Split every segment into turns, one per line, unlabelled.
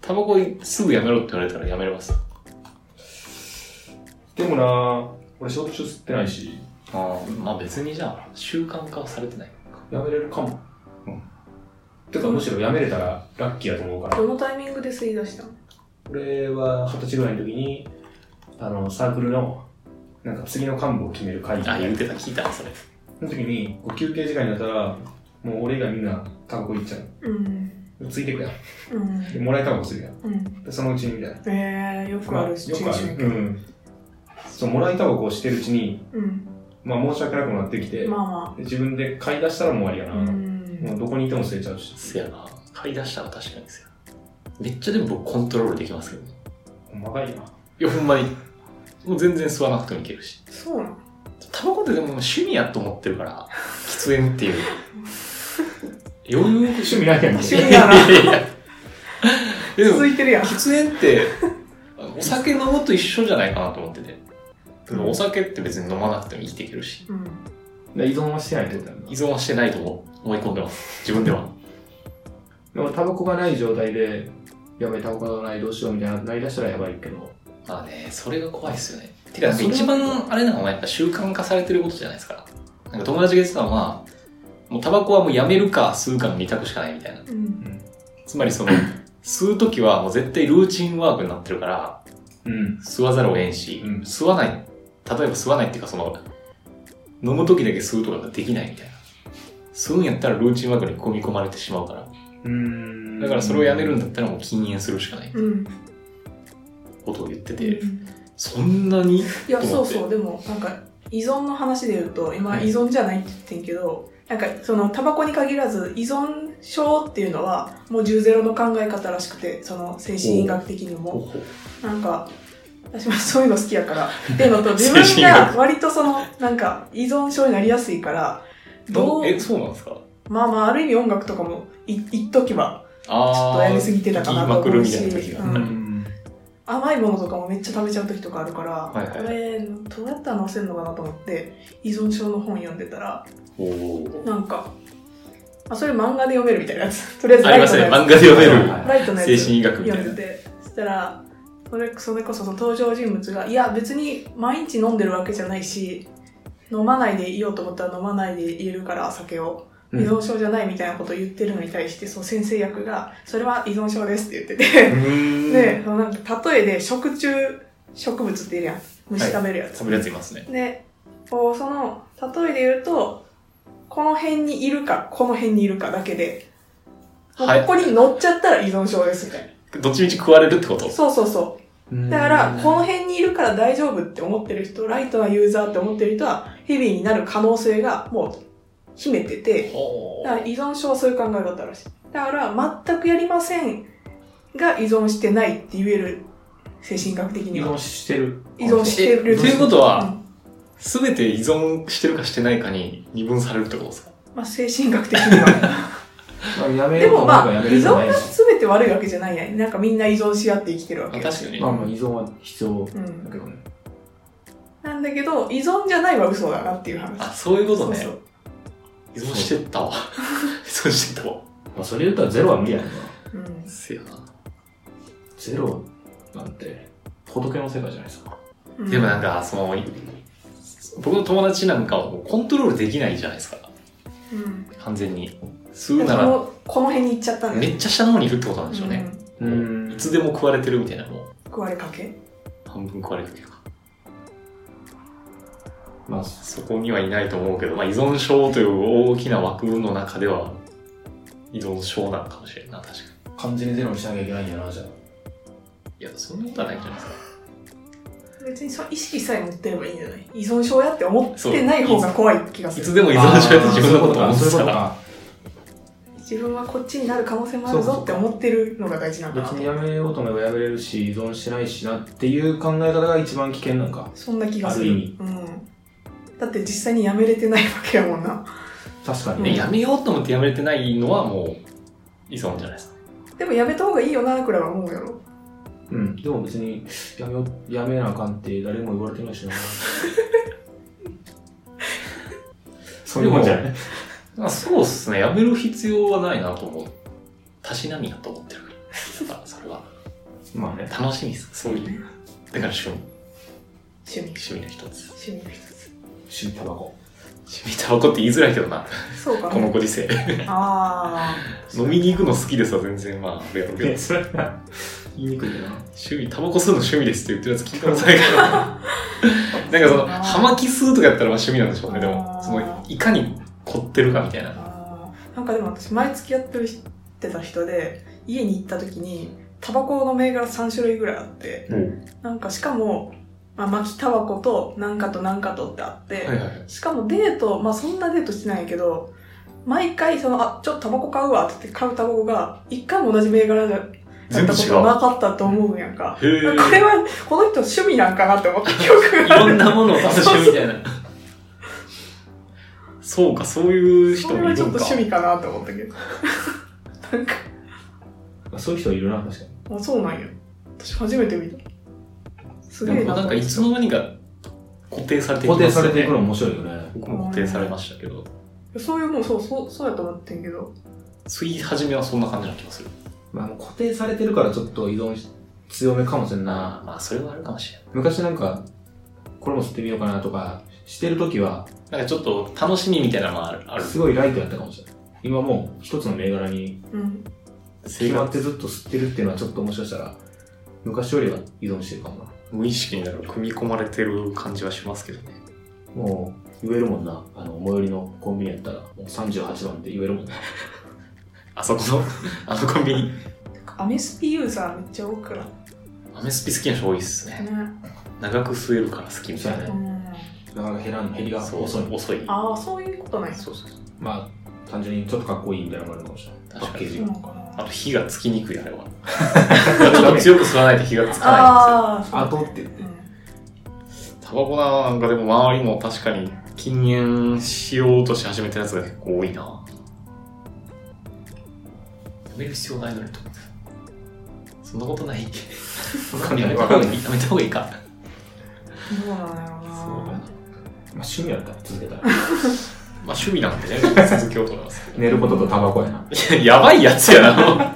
タバコすぐやめろって言われたらやめれます。
でもな俺仕事中吸ってないし、
あまあ別にじゃあ、習慣化はされてない。
やめれるかも。
うん。
てかむしろやめれたらラッキーだと思うから。
どのタイミングで吸い出したの
俺は二十歳ぐらいの時に、あの、サークルの、なんか次の幹部を決める会議
あ、言うてた、聞いた、それ。
その時に、こう休憩時間になったら、もう俺以外みんなタバコいっちゃ
うん。
う。ついてくやん。
うん。
で、もらいタバコするやん。
うん。
で、そのうちにみたいな。
えー、よくあるシチ
よく
ュエー
あ
ション
る。うん。そう、もらいタバコをしてるうちに、
うん。
まあ申し訳なくなってきて、
まあま
で自分で買い出したらもう終わり
あ。
や
う
な。
ん。
もうどこにいても吸えちゃうし。
せやな。買い出したら確かにですよ。めっちゃでも僕コントロールできますけどね。
細かいな。
いや、ほんまに。もう全然吸わなくてもいけるし。
そうなの
タバコってでも趣味やと思ってる から、喫煙っていう。余裕
趣味ないやんけ。
趣味やな。
いやいやいやでも
続、いてるやん。
喫煙って、あのお酒飲むと一緒じゃないかなと思ってて。でもお酒って別に飲まなくても生きていけるし、
うん。
依存はしてないってことやんな
依存はしてないと思う思い込んでます。自分では。
でもタバコがない状態で、やばいタバコがないどうしようみたいな、なりだしたらやばいけど。
まあね、それが怖いですよね。てか、一番あれなのはやっぱ習慣化されてることじゃないですか。なんか友達が言ってたのは、もうタバコはもうやめるか吸うかの二択しかないみたいな。
うん。
つまり その、吸うときはもう絶対ルーチンワークになってるから、
うん。
吸わざるを得んし、
うん
吸わない、例えば吸わないっていうかその、飲むときだけ吸うとかができないみたいな。吸うんやったらルーチンワークに組み込まれてしまうから。
うん
だからそれをやめるんだったらもう禁煙するしかない
うん。
ことを言ってて、
うん
そんなに
いや
と
そ
思
う
って
そうでもなんか依存の話で言うと今
うん
依存じゃないって言ってんけど、なんかそのタバコに限らず依存症っていうのはもう10ゼロの考え方らしくてその精神医学的にもなんか私はそういうの好きや からっていうのと自
精
分
神医
が
学
割とそのなんか依存症になりやすいからどう
え、そうなんですか
まあまあある意味音楽とかもい一時は
あ
ちょっとやりすぎてたかなと思うし
言いまくるみたいな時が、
う
うん。
甘いものとかもめっちゃ食べちゃう時とかあるから、
いはい
これどうやったら治せるのかなと思って依存症の本読んでたら
おー
なんかあそれ漫画で読めるみたいなやつとりあえず
ありますね、漫画で読める
は
ライトのやつ
精神医学みたい
読。
なん
でてそしたらそれそれこそその登場人物がいや別に毎日飲んでるわけじゃないし飲まないでいようと思ったら飲まないでいるから酒を依
うん
存症じゃないみたいなことを言ってるのに対してその先生役が「それは依存症です」って言っててで、そのなんか例えで食虫植物っているやん虫食べるやつ、
食べるやついますね。
でこうその例えで言うとこの辺にいるかこの辺にいるかだけでもう
はい
ここに乗っちゃったら依存症ですみたいな、
どっちみち食われるってこと
そうそうそうだからこの辺にいるから大丈夫って思ってる人ライトなユーザーって思ってる人はヘビーになる可能性がもう秘めてて
ほう
だから依存症はそういう考え方らしい。だから、全くやりませんが依存してないって言える、精神学的に
依
は
存。してる。
依存してる。
えということは
ん
すべて依存してるかしてないかに二分されるってことですか
まあ、精神学的には。
まあやめ
で
ようと
も
思え
ま
ば
あ
や、め
依
るじゃな
存
い
が
し。
全て悪いわけじゃないやん。なんかみんな依存し合って生きてるわけ
確
よ。
かに。
まあまあ依存は必要
う
だ
ん。
けどね。
なんだけど、依存じゃないは嘘だなっていう話。
あ、そういうことね。
そう
依存してった わ。依存してったわ。
まあそれ言ったらゼロは無理やんな。
そう。うん。
せやな。
ゼロなんて、仏の世界じゃないですか。
うん
でもなんか、その、僕の友達なんかはもうコントロールできないじゃないですか。
うん。
完全に。
こ
吸うなら、
のこの辺に行っちゃったんだ
め
よ。
っちゃ下の方にいるってことなんでしょうね。
ん
いつでも食われてるみたいな、もう
食われかけ
半分食われてるか。
まあ、
そこにはいないと思うけど、まあ依存症という大きな枠の中では、依存症なのかもしれんな、確かに。
完全にゼロにしなきゃいけないんやな、じゃあ。
いや、そんなことはないじゃないですか。
別にその意識さえ持ってればいいんじゃない依存症やって思ってない方が怖い気がす
い
る
つでも依存症やって自分のことを
あー
思っ
そうい
て
う
た
こ
ら。
とか。
自分はこっちになる可能性もある
そう
ぞ
そう
って思ってるのが大事なんだ
別
な
にやめようと思えばやめれるし、依存しないしなっていう考え方が一番危険なんか。
そんな気がす
あ
る
る意
うん、だって実際にやめれてないわけやもんな
確か
う
に
ん
ね。
ねやめようと思ってやめれてないのはもう依存じゃないですか。
でもやめた方がいいよなくらいは思うやろ
うん。でも別に、やめよう、やめなあかんって誰も言われてないしな。 そういうもんじゃない。
まあ、そうっすね。やめる必要はないなと思う。たしなみやと思ってるから。だからそれは。
まあね。
楽しみです。そういう。だから趣味。
趣味
趣味の一つ。
趣味の一つ
趣味タバコ。
趣味タバコって言いづらいけどな。
そうか
このご時世。
あ
飲みに行くの好きですわ、全然。まあ、あれやろうけど。
え、それは 言いにくいな。
趣味、タバコ吸うの趣味ですって言ってるやつ聞いたことないから。 なんかその、葉巻吸うとかやったらまあ趣味なんでしょうね、で
あ
も。
ー
その、いかに凝ってるかみたい
ー
な。
あーなんかでも私前付き合ってる人ってた人で家に行った時にタバコの銘柄3種類ぐらいあって
うん。
なんかしかも、まあ、巻きタバコとなんかとなんかとってあって、
はいはい。
しかもデートまあそんなデートしてないけど毎回そのあちょっとタバコ買うわって言って買うタバコが一回も同じ銘柄だだ
全
っ
部
た
違
ことなかったと思うんやんか
う。へ
これ
え。
はこの人趣味なんかなって思った記憶
い
があ
ろ
る
んなものを楽しむみたいな。そうか、そういう人
そ
もいる
れは
ん
ち
か
ょっと。趣味かなって思ったけど なんか
まあ そういう人いるな、確かに。
あそうなんや私初めて見たす
で
げえ
も
な
なんかいつの間にか固定されていき
固
ますよ
定
ね
されていくの面白いよね。
僕も固定されましたけど、
そういうもうそうそうそうやと思ってんけど
吸い始めはそんな感じな気がする。
まあ、もう固定されてるからちょっと依存し強めかもしれんな。
まあ、まあ、それはあるかもしれない。
昔なんか、これも吸ってみようかなとか、してる時は、
なんかちょっと楽しみみたいなのもある。ある
すごいライトやったかもしれない。今もう一つの銘柄に
うん
生
決まっ
活
てずっと吸ってるっていうのはちょっともしかしたら、昔よりは依存してるかもな。
無意識になんか組み込まれてる感じはしますけどね。
もう、言えるもんな。あの、最寄りのコンビニやったら、もう38番って言えるもんな。
あそこ の、あのコンビニ。
なんかアメスピユーザーめっちゃ多くな
アメスピ好きな人多いっす
い
ね。
ね
長く吸えるから好きみたいな。
うん
なかなか減らん、減りが
そう、
遅い。
遅い。
ああそういうことないです
そうそうそう。
まあ、単純にちょっとかっこいいみたいなのもあるかもしれない。パ
確
ッ
か
ケ
に
ージ
そう
が
な。のかな
あと火がつきにくい、あれ は。ちょっと強く吸わないと火がつか
ああ
あとって言って。
う
ないんですよ。タバコなんかでも周りも確かに禁煙しようとし始めてるやつが結構多いな。やめる必要ないのにと思って。そんなことないっけ
わ
やめた方がいい。やめた方がいいか。
んどうなんや
そ
ろう
うやなまあ
な、
趣味やったら続けたら。
まあ趣味なんで ね、続けようと思いますけ
寝ることとタバコやな。
ど。いややばいやつやな、もう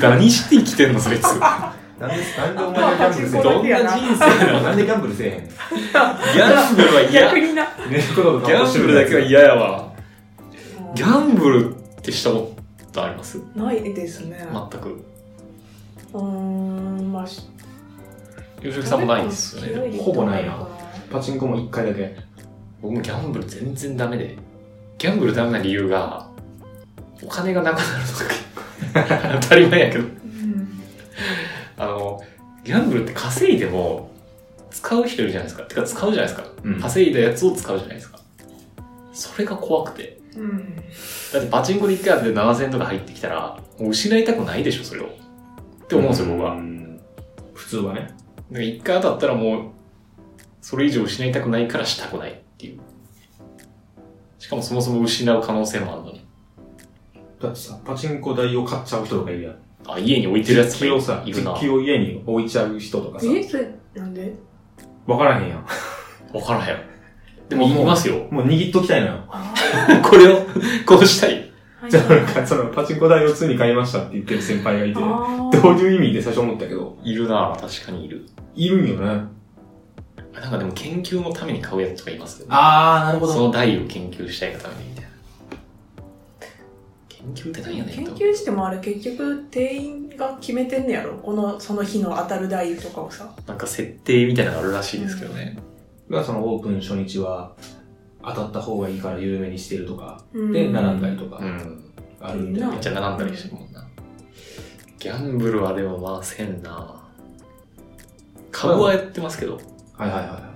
何して生きてんの、そいつ。どんな
なんで、なんでお
前がギャンブ ルせえ
人生なの
なんでギャンブルせえへんねん。
ギャンブルは嫌。
逆
ギ
にな
寝ることとタバコ
ャンブルだけは嫌やわ。ギ
ン
ャンブルってしたことあります
ないですね、
全く。
うーんまあし
洋食さんもないですよね。
ほぼないなパチンコも一回だけ。
僕もギャンブル全然ダメで。ギャンブルダメな理由が、お金がなくなるとか。 当たり前やけど。
うん
あの、ギャンブルって稼いでも、使う人いるじゃないですか。てか使うじゃないですか。
うん
稼いだやつを使うじゃないですか。それが怖くて。
うん
だってパチンコで1回当てて7000とか入ってきたら、もう失いたくないでしょ、それを。って思うんですよ、僕は。だか
ん普通はね。
ら1回当たったらもう、それ以上失いたくないからしたくないっていう。しかもそもそも失う可能性もあるのに。
だってさ、パチンコ台を買っちゃう人とかいるやん。
あ、家に置いてるやつ
実機をさ、
いる
実
な。
機を家に置いちゃう人とかさ、
えそれなんで
わからへんやん。
わからへん。でも、いますよ。
もう握っときたいのよ。
あ
これを、 こうしたい。
あ
じゃあなんか、その、パチンコ台を普通に買いましたって言ってる先輩がいて、
あ
どういう意味で最初思ったけど、
いるな確かにいる。
いるんよね。
なんかでも研究のために買うやつとかいますよね。
あー、なる
その台を研究したいがためにみたいな。研究って何やねん
研
と。
究してもあれ結局店員が決めてんねやろこのその日の当たる台とかをさ
なんか設定みたいなのがあるらしいですけどね。
が、そのオープン初日は、当たった方がいいから有名にしてるとか、
うん
で、並んだりとか
う、ん。
あるみたい
うん
めっちゃ並んだりしてるもんな。ギャンブルはでもまあせんな株はやってますけど。
はいはいは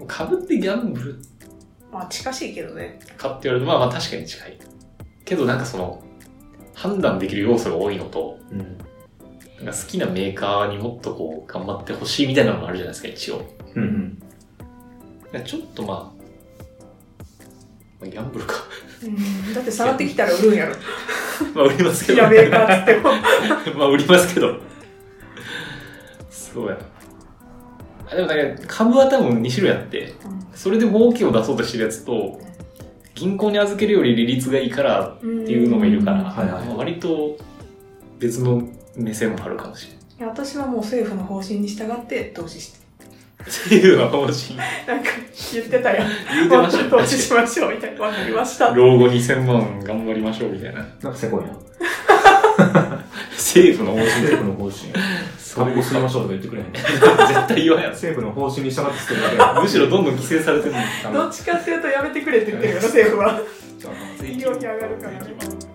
い。
株ってギャンブル
まあ近しいけどね
かって言われるとまあまあ確かに近い。けどなんかその、判断できる要素が多いのと、
うん。
なんか好きなメーカーにもっとこう頑張ってほしいみたいなのもあるじゃないですか、一応。
うんうん。
いやちょっとまあ、まあ、ギャンブルか。
うんだって下がってきたら売るんやろ好
まあ売りますけ
き
ど。
なメーカーっつって も
まあ売りますけど。そうやな。あでもなんか株は多分2種類あって、それで儲けを出そうとしてるやつと、銀行に預けるより利率がいいから
うん
っていうのもいるから、
はいはい
まあ割と別の目線もあるかもしれない。
いや私はもう政府の方針に従って投資して
政府の方針
なんか言ってたよ
言うてましたよ
投資しましょうみたいなわかり ました
老後2000万頑張りましょうみたいな
なんかせこいな。
政府の方針
政府の方針。タバコ吸いましょうとか言ってくれへん。
絶対言わんやろ
政府の方針に従ってるだけ。
むしろどんどん規制されてるの
どっちかっていうとやめてくれって言ってるよな政府は
ちょっと
医療費上がるからね